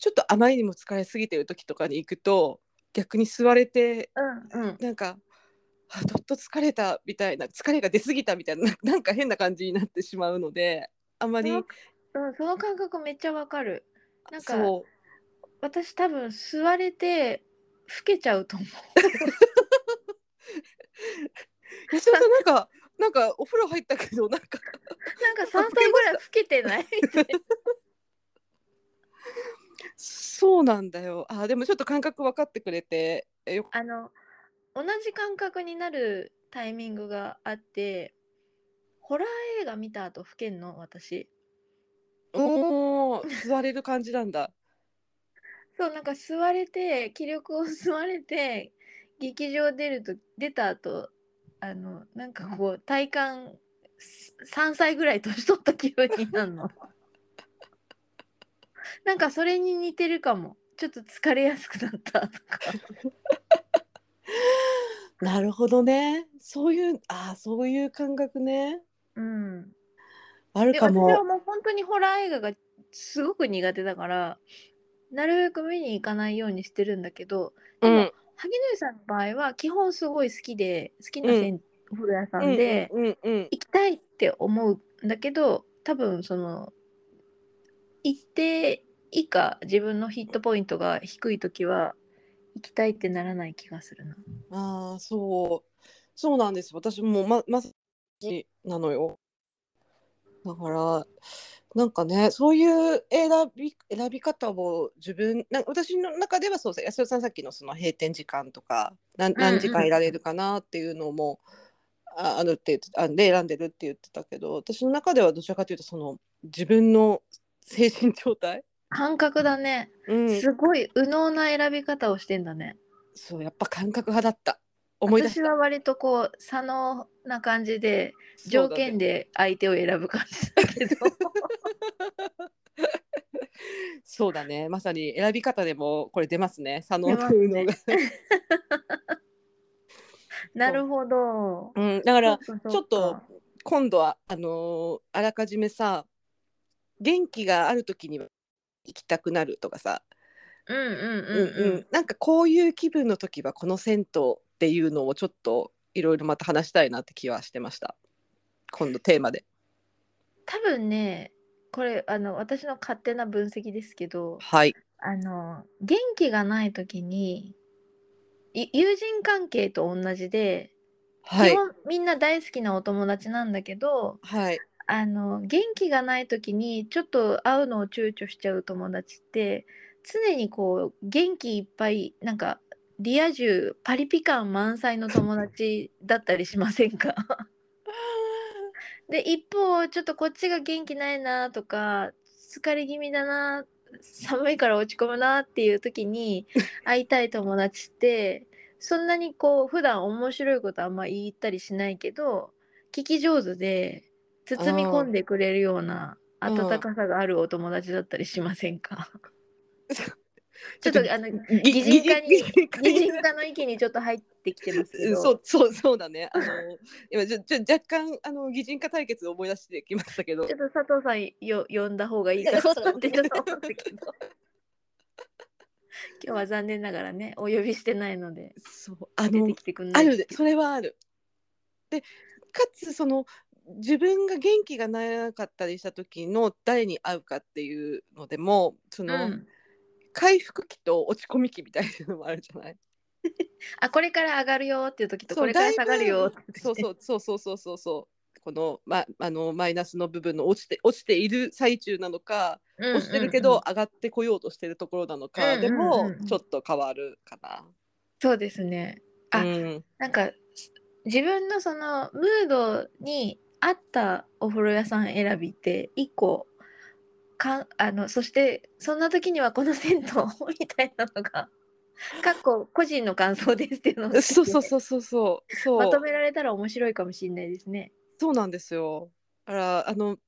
Speaker 1: ちょっとあまりにも疲れすぎてる時とかに行くと逆に吸われて
Speaker 2: うんうん。
Speaker 1: なんか「あどっと疲れた」みたいな疲れが出すぎたみたいな なんか変な感じになってしまうのであまり
Speaker 2: そのうん、その感覚めっちゃわかる。なんか
Speaker 1: そう
Speaker 2: 私多分座れて老けちゃうと思う。
Speaker 1: 安田さんなんかなんかお風呂入ったけどなんか
Speaker 2: なんか3歳ぐらい老けてない
Speaker 1: そうなんだよあでもちょっと感覚分かってくれてえよ
Speaker 2: あの同じ感覚になるタイミングがあってホラー映画見た後老けんの私。
Speaker 1: おー吸われる感じなんだ
Speaker 2: そうなんか座れて気力を 吸われて劇場出ると出た後あのなんかこう体感す3歳ぐらい年取った気分になるの なんかそれに似てるかもちょっと疲れやすくなったとか
Speaker 1: なるほどねそういうあそういう感覚ね
Speaker 2: うん
Speaker 1: ある
Speaker 2: で
Speaker 1: か
Speaker 2: 私は
Speaker 1: も。
Speaker 2: もう本当にホラー映画がすごく苦手だからなるべく見に行かないようにしてるんだけど
Speaker 1: う
Speaker 2: でも
Speaker 1: ん。
Speaker 2: 萩野さんの場合は基本すごい好きで好きなせん、お風呂屋さんで、
Speaker 1: うんうんうん
Speaker 2: 行きたいって思うんだけど多分その一定以下自分のヒットポイントが低い時は行きたいってならない気がするな。
Speaker 1: ああそうそうなんです私もままさになのよだからなんかねそういう選び選び方を自分な私の中ではそうです安代さんさっきのその閉店時間とか何何時間いられるかなっていうのも、ああるって言ってあで選んでるって言ってたけど私の中ではどちらかというとその自分の精神状態、
Speaker 2: 感覚だね。
Speaker 1: うん、
Speaker 2: すごい右脳な選び方をしてんだね。
Speaker 1: そうやっぱ感覚派だった思い出し
Speaker 2: 私は割とこう左脳な感じで
Speaker 1: た
Speaker 2: 条件で相手を選ぶ感じだけど
Speaker 1: そうだね、まさに選び方でもこれ出ますね、佐野というの
Speaker 2: 出
Speaker 1: が
Speaker 2: ま。 なるほど。
Speaker 1: うん、 だから
Speaker 2: そうか
Speaker 1: ちょっと今度はあのーあらかじめさ、元気がある時には行きたくなるとかさ、
Speaker 2: そうかうん
Speaker 1: うん
Speaker 2: うんうんうん
Speaker 1: なんかこういう気分の時はこの銭湯っていうのをちょっといろいろまた話したいなって気はしてました。今度テーマで。
Speaker 2: 多分ねこれあの私の勝手な分析ですけど
Speaker 1: はい。
Speaker 2: あの元気がない時にい友人関係と同じで、
Speaker 1: は
Speaker 2: 基
Speaker 1: い。
Speaker 2: 本みんな大好きなお友達なんだけど
Speaker 1: はい。
Speaker 2: あの元気がない時にちょっと会うのを躊躇しちゃう友達って常にこう元気いっぱいなんかリア充パリピ感満載の友達だったりしませんかで一方ちょっとこっちが元気ないなとか疲れ気味だな寒いから落ち込むなっていう時に会いたい友達ってそんなにこう普段面白いことあんま言ったりしないけど聞き上手で包み込んでくれるような
Speaker 1: うん
Speaker 2: 温かさがあるお友達だったりしませんかちょっ
Speaker 1: ちょっ
Speaker 2: とあの
Speaker 1: ぎ
Speaker 2: 擬人化 に
Speaker 1: 擬人化
Speaker 2: 擬
Speaker 1: に
Speaker 2: 人化の域にちょっと入ってきてますけ
Speaker 1: うん
Speaker 2: ど
Speaker 1: そうそうそうだね。あの今ちょちょ若干あの擬人化対決を思い出してきましたけど
Speaker 2: ちょ、っと佐藤さんよ呼んだ方がいいかなってちょっと思ったけど 今日は残念ながらねお呼びしてないので
Speaker 1: そうあ
Speaker 2: 出
Speaker 1: の
Speaker 2: てきてくんな
Speaker 1: あ
Speaker 2: い
Speaker 1: るそれはある。でかつその自分が元気がなかったりした時の誰に会うかっていうのでもその、
Speaker 2: うん、
Speaker 1: 回復期と落ち込み期みたいなのもあるじ ゃない
Speaker 2: あこれから上がるよっていう時と
Speaker 1: そう
Speaker 2: これから下がるよ
Speaker 1: だいぶそうそうそうそうそうそうそうこの,、ま、あのマイナスの部分の落ちて落ちている最中なのか、落ちてるけど、上がってこようとしてるところなのか、
Speaker 2: うんうん
Speaker 1: で
Speaker 2: う
Speaker 1: も
Speaker 2: んうん
Speaker 1: ちょっと変わるかな。
Speaker 2: そうですね
Speaker 1: う
Speaker 2: あ
Speaker 1: ん
Speaker 2: なんかす自分のそのムードに合ったお風呂屋さん選びって一個かんあのそしてそんな時にはこの銭湯 みたいなのがかっこ個人の感想ですっていうの が
Speaker 1: そうそうそうそうそうそう。
Speaker 2: まとめられたら面白いかもしれないですね。
Speaker 1: そうなんですよ。だからあの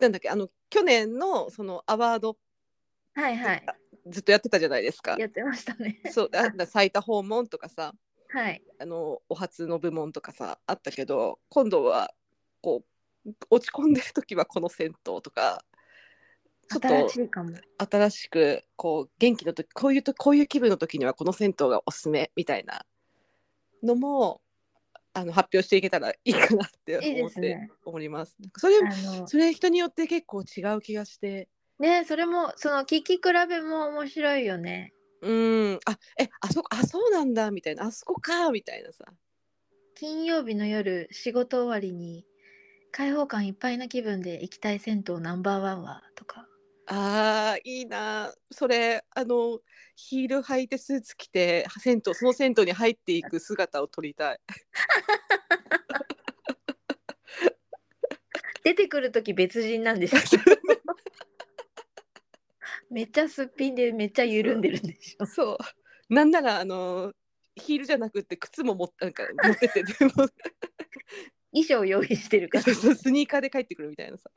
Speaker 1: なんだっけあの去年のそのアワード
Speaker 2: はいはい
Speaker 1: ずっとやってたじゃないですか。
Speaker 2: やってましたね。
Speaker 1: そうあだ最多訪問とかさ
Speaker 2: はい
Speaker 1: あのお初の部門とかさあったけど今度はこう落ち込んでる時はこの銭湯とかちょっ
Speaker 2: 新し
Speaker 1: と
Speaker 2: いかも。
Speaker 1: 新しくこう元気の時こういうとこういう気分の時にはこの銭湯がおすすめみたいなのもあの発表していけたらいいかなって
Speaker 2: いい
Speaker 1: 思
Speaker 2: で
Speaker 1: っ
Speaker 2: す
Speaker 1: て
Speaker 2: ね。
Speaker 1: おります。なんかそれ
Speaker 2: あの
Speaker 1: それ人によって結構違う気がして
Speaker 2: ねそれもその聞き比べも面白いよね。
Speaker 1: うんあえあそこあそうなんだみたいなあそこかみたいなさ
Speaker 2: 金曜日の夜仕事終わりに開放感いっぱいな気分で行きたい銭湯ナンバーワンはとか。
Speaker 1: あーいいなそれあのヒール履いてスーツ着て銭湯その銭湯に入っていく姿を撮りたい
Speaker 2: 出てくる時別人なんでしょ めっちゃすっぴんでめっちゃ緩んでるんでし ょ
Speaker 1: そうなんならあのヒールじゃなくて靴も持っなんか持ってて でも
Speaker 2: 衣装用意してるから
Speaker 1: そうそうスニーカーで帰ってくるみたいなさ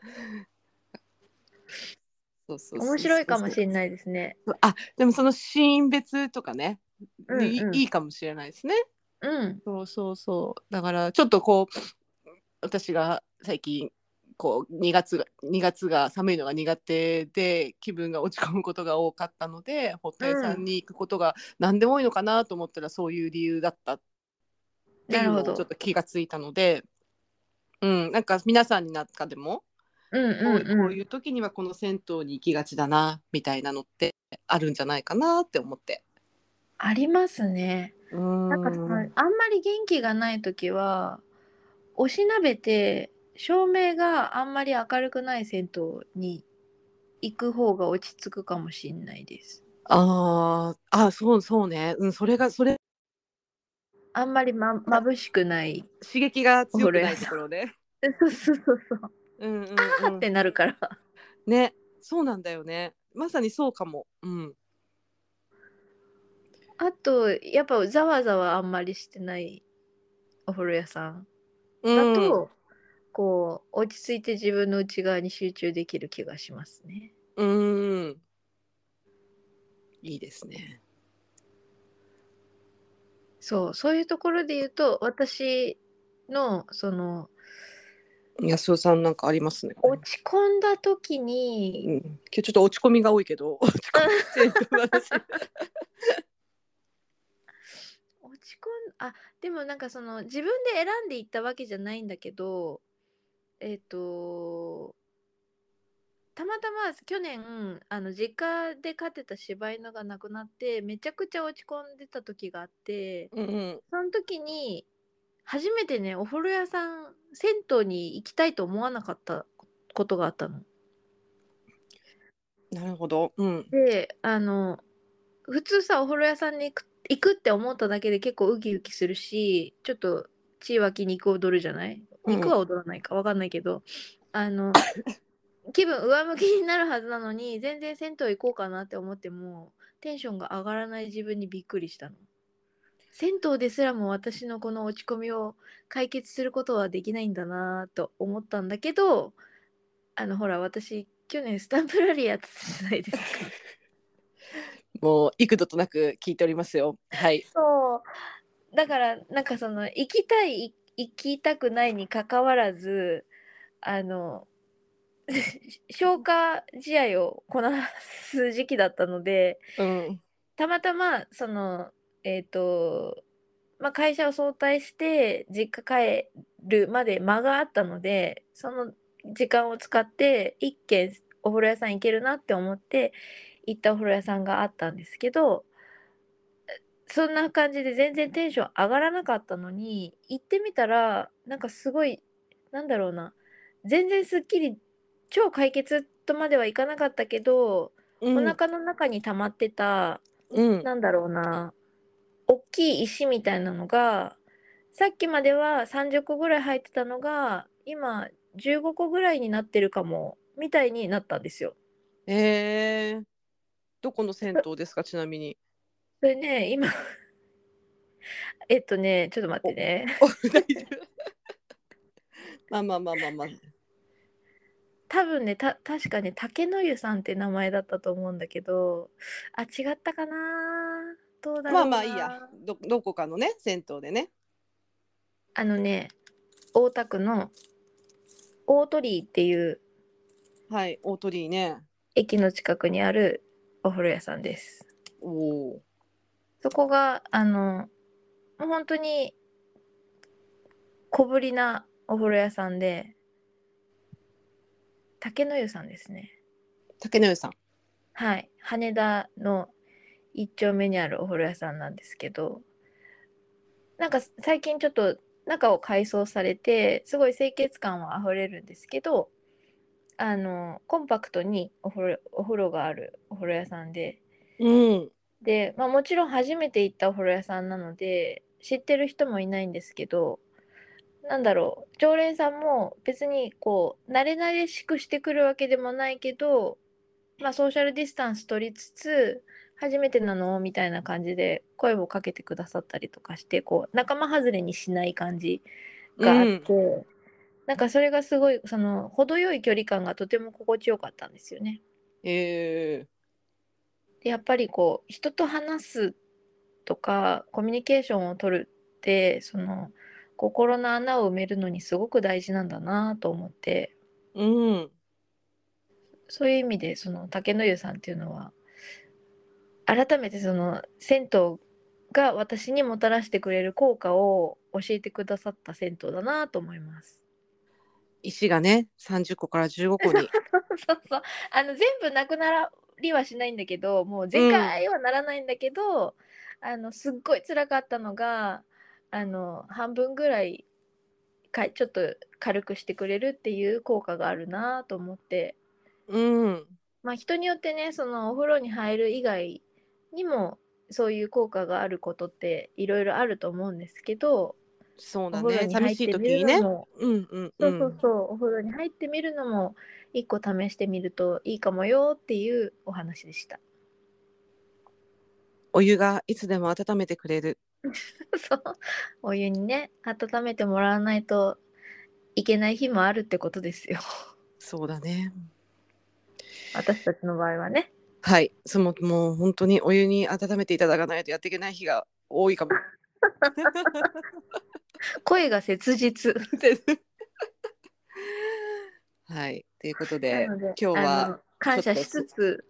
Speaker 1: そうそうそう
Speaker 2: 面白いかもしれないですね。
Speaker 1: あでもそのシーン別とかね、
Speaker 2: うんうん
Speaker 1: いいいいかもしれないですね
Speaker 2: うん
Speaker 1: そうそうそうだからちょっとこう私が最近こう2月が2月が寒いのが苦手で気分が落ち込むことが多かったので堀田さんに行くことが何でも多いのかなと思ったらそういう理由だったっていうのを
Speaker 2: なる
Speaker 1: ち
Speaker 2: ほ
Speaker 1: ょ
Speaker 2: ど
Speaker 1: っと気がついたので、うん、なんか皆さんになんかでも、
Speaker 2: うん
Speaker 1: こう
Speaker 2: う
Speaker 1: こ
Speaker 2: んう
Speaker 1: うんいう時にはこの銭湯に行きがちだなみたいなのってあるんじゃないかなって思って。
Speaker 2: ありますね。
Speaker 1: うん
Speaker 2: なんかそのあんまり元気がない時はおしなべて照明があんまり明るくない銭湯に行く方が落ち着くかもしれないです。
Speaker 1: あーあそうそうね、うん、それがそれ
Speaker 2: あんまりま眩しくない。
Speaker 1: 刺激が強くないところ ね。
Speaker 2: そうそうそうそう。
Speaker 1: うんうんうん
Speaker 2: あーってなるから。
Speaker 1: ねそうなんだよねまさにそうかもうん
Speaker 2: あとやっぱざわざわあんまりしてないお風呂屋さんだ
Speaker 1: うん
Speaker 2: と、こう落ち着いて自分の内側に集中できる気がしますね。
Speaker 1: うんいいですね
Speaker 2: そうそういうところで言うと私のその
Speaker 1: 安尾さんなんかありますね、
Speaker 2: 落ち込んだ時
Speaker 1: うん、
Speaker 2: に
Speaker 1: 今日ちょっと落ち込みが多いけど落ち込み生徒の話
Speaker 2: 落ち込んあでもなんかその自分で選んでいったわけじゃないんだけどえっ、とたまたま去年あの実家で飼ってた柴犬が亡くなってめちゃくちゃ落ち込んでた時があって
Speaker 1: うんうん
Speaker 2: その時に初めてねお風呂屋さん銭湯に行きたいと思わなかったことがあったの。
Speaker 1: なるほどうん
Speaker 2: であの普通さお風呂屋さんに行く行くって思っただけで結構ウキウキするしちょっと血湧き肉踊るじゃない
Speaker 1: うん
Speaker 2: 肉は踊らないかわかんないけど、あの気分上向きになるはずなのに全然銭湯行こうかなって思ってもテンションが上がらない自分にびっくりしたの。銭湯ですらも私のこの落ち込みを解決することはできないんだなと思ったんだけどあのほら私去年スタンプラリーやってたじゃないですか。
Speaker 1: もう幾度となく聞いておりますよはい
Speaker 2: そうだからなんかその行きたい行きたくないにかかわらずあの 消化試合をこなす時期だったので
Speaker 1: うん
Speaker 2: たまたまそのえっ、と、まあ、会社を早退して実家帰るまで間があったのでその時間を使って一軒お風呂屋さん行けるなって思って行ったお風呂屋さんがあったんですけどそんな感じで全然テンション上がらなかったのに行ってみたらなんかすごいなんだろうな全然すっきり超解決とまではいかなかったけど、
Speaker 1: うん
Speaker 2: お腹の中に溜まってた
Speaker 1: うん
Speaker 2: なんだろうな大きい石みたいなのがさっきまでは30個ぐらい入ってたのが今15個ぐらいになってるかもみたいになったんですよ。
Speaker 1: えー、どこの銭湯ですかちなみ に
Speaker 2: それね今 えっとねちょっと待ってね
Speaker 1: お大丈夫まあまあまあまあまあ
Speaker 2: 多分ねた確かね竹の湯さんって名前だったと思うんだけどあ違ったかなどうだろうな
Speaker 1: まあまあいいやどどこかのね銭湯でね
Speaker 2: あのね大田区の大鳥居っていう
Speaker 1: はい大鳥居ね
Speaker 2: 駅の近くにあるお風呂屋さんです。
Speaker 1: おお
Speaker 2: そこがあのもう本当に小ぶりなお風呂屋さんで竹の湯さんですね
Speaker 1: 竹野湯さん
Speaker 2: はい羽田の一丁目にあるお風呂屋さんなんですけどなんか最近ちょっと中を改装されてすごい清潔感はあふれるんですけどあのコンパクトにお風呂お風呂があるお風呂屋さんで
Speaker 1: うん
Speaker 2: で、まあ、もちろん初めて行ったお風呂屋さんなので知ってる人もいないんですけどなんだろう常連さんも別にこう慣れ慣れしくしてくるわけでもないけど、まあ、ソーシャルディスタンス取りつつ初めてなのみたいな感じで声をかけてくださったりとかしてこう仲間外れにしない感じがあって、なんかそれがすごいその程よい距離感がとても心地よかったんですよね。
Speaker 1: え
Speaker 2: でやっぱりこう人と話すとかコミュニケーションを取るってその心の穴を埋めるのにすごく大事なんだなと思って
Speaker 1: うん
Speaker 2: そういう意味でその竹の湯さんっていうのは改めてその銭湯が私にもたらしてくれる効果を教えてくださった銭湯だなと思います。
Speaker 1: 石がね30個から15個 に
Speaker 2: そうそうあの全部なくなりはしないんだけどもう全開はならないんだけど、あのすっごい辛かったのがあの半分ぐらいかちょっと軽くしてくれるっていう効果があるなと思って
Speaker 1: うん
Speaker 2: まあ、人によってねそのお風呂に入る以外にもそういう効果があることっていろいろあると思うんですけど、
Speaker 1: そう
Speaker 2: お
Speaker 1: だ
Speaker 2: 風呂
Speaker 1: ね
Speaker 2: に入
Speaker 1: 寂
Speaker 2: っ
Speaker 1: しい
Speaker 2: て
Speaker 1: 時
Speaker 2: みる
Speaker 1: に
Speaker 2: の
Speaker 1: ね
Speaker 2: も、
Speaker 1: うんうん
Speaker 2: そううそうんそうお風呂に入ってみるのも一個試してみるといいかもよっていうお話でした。
Speaker 1: お湯がいつでも温めてくれる
Speaker 2: そうお湯にね温めてもらわないといけない日もあるってことですよ
Speaker 1: そうだね
Speaker 2: 私たちの場合はね。
Speaker 1: はいそのもう本当にお湯に温めていただかないとやっていけない日が多いかも
Speaker 2: 声が切実。
Speaker 1: はいということ
Speaker 2: な
Speaker 1: で
Speaker 2: ので
Speaker 1: 今日
Speaker 2: あ
Speaker 1: は
Speaker 2: の感謝しつつ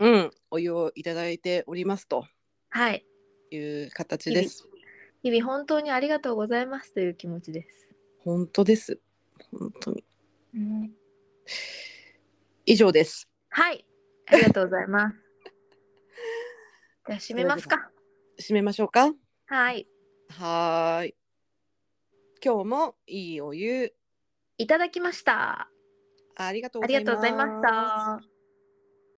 Speaker 1: うんお湯をいただいておりますと
Speaker 2: はい
Speaker 1: いう形です
Speaker 2: 日々本当にありがとうございますという気持ちです。
Speaker 1: 本当です本当に
Speaker 2: うん
Speaker 1: 以上です
Speaker 2: はい、ありがとうござい ます。じゃあ閉めますか。
Speaker 1: 締めましょうか
Speaker 2: はい、
Speaker 1: はーい今日もいいお湯
Speaker 2: いただきました。
Speaker 1: ありがとうご
Speaker 2: あり
Speaker 1: ざ
Speaker 2: が
Speaker 1: い
Speaker 2: とうございました。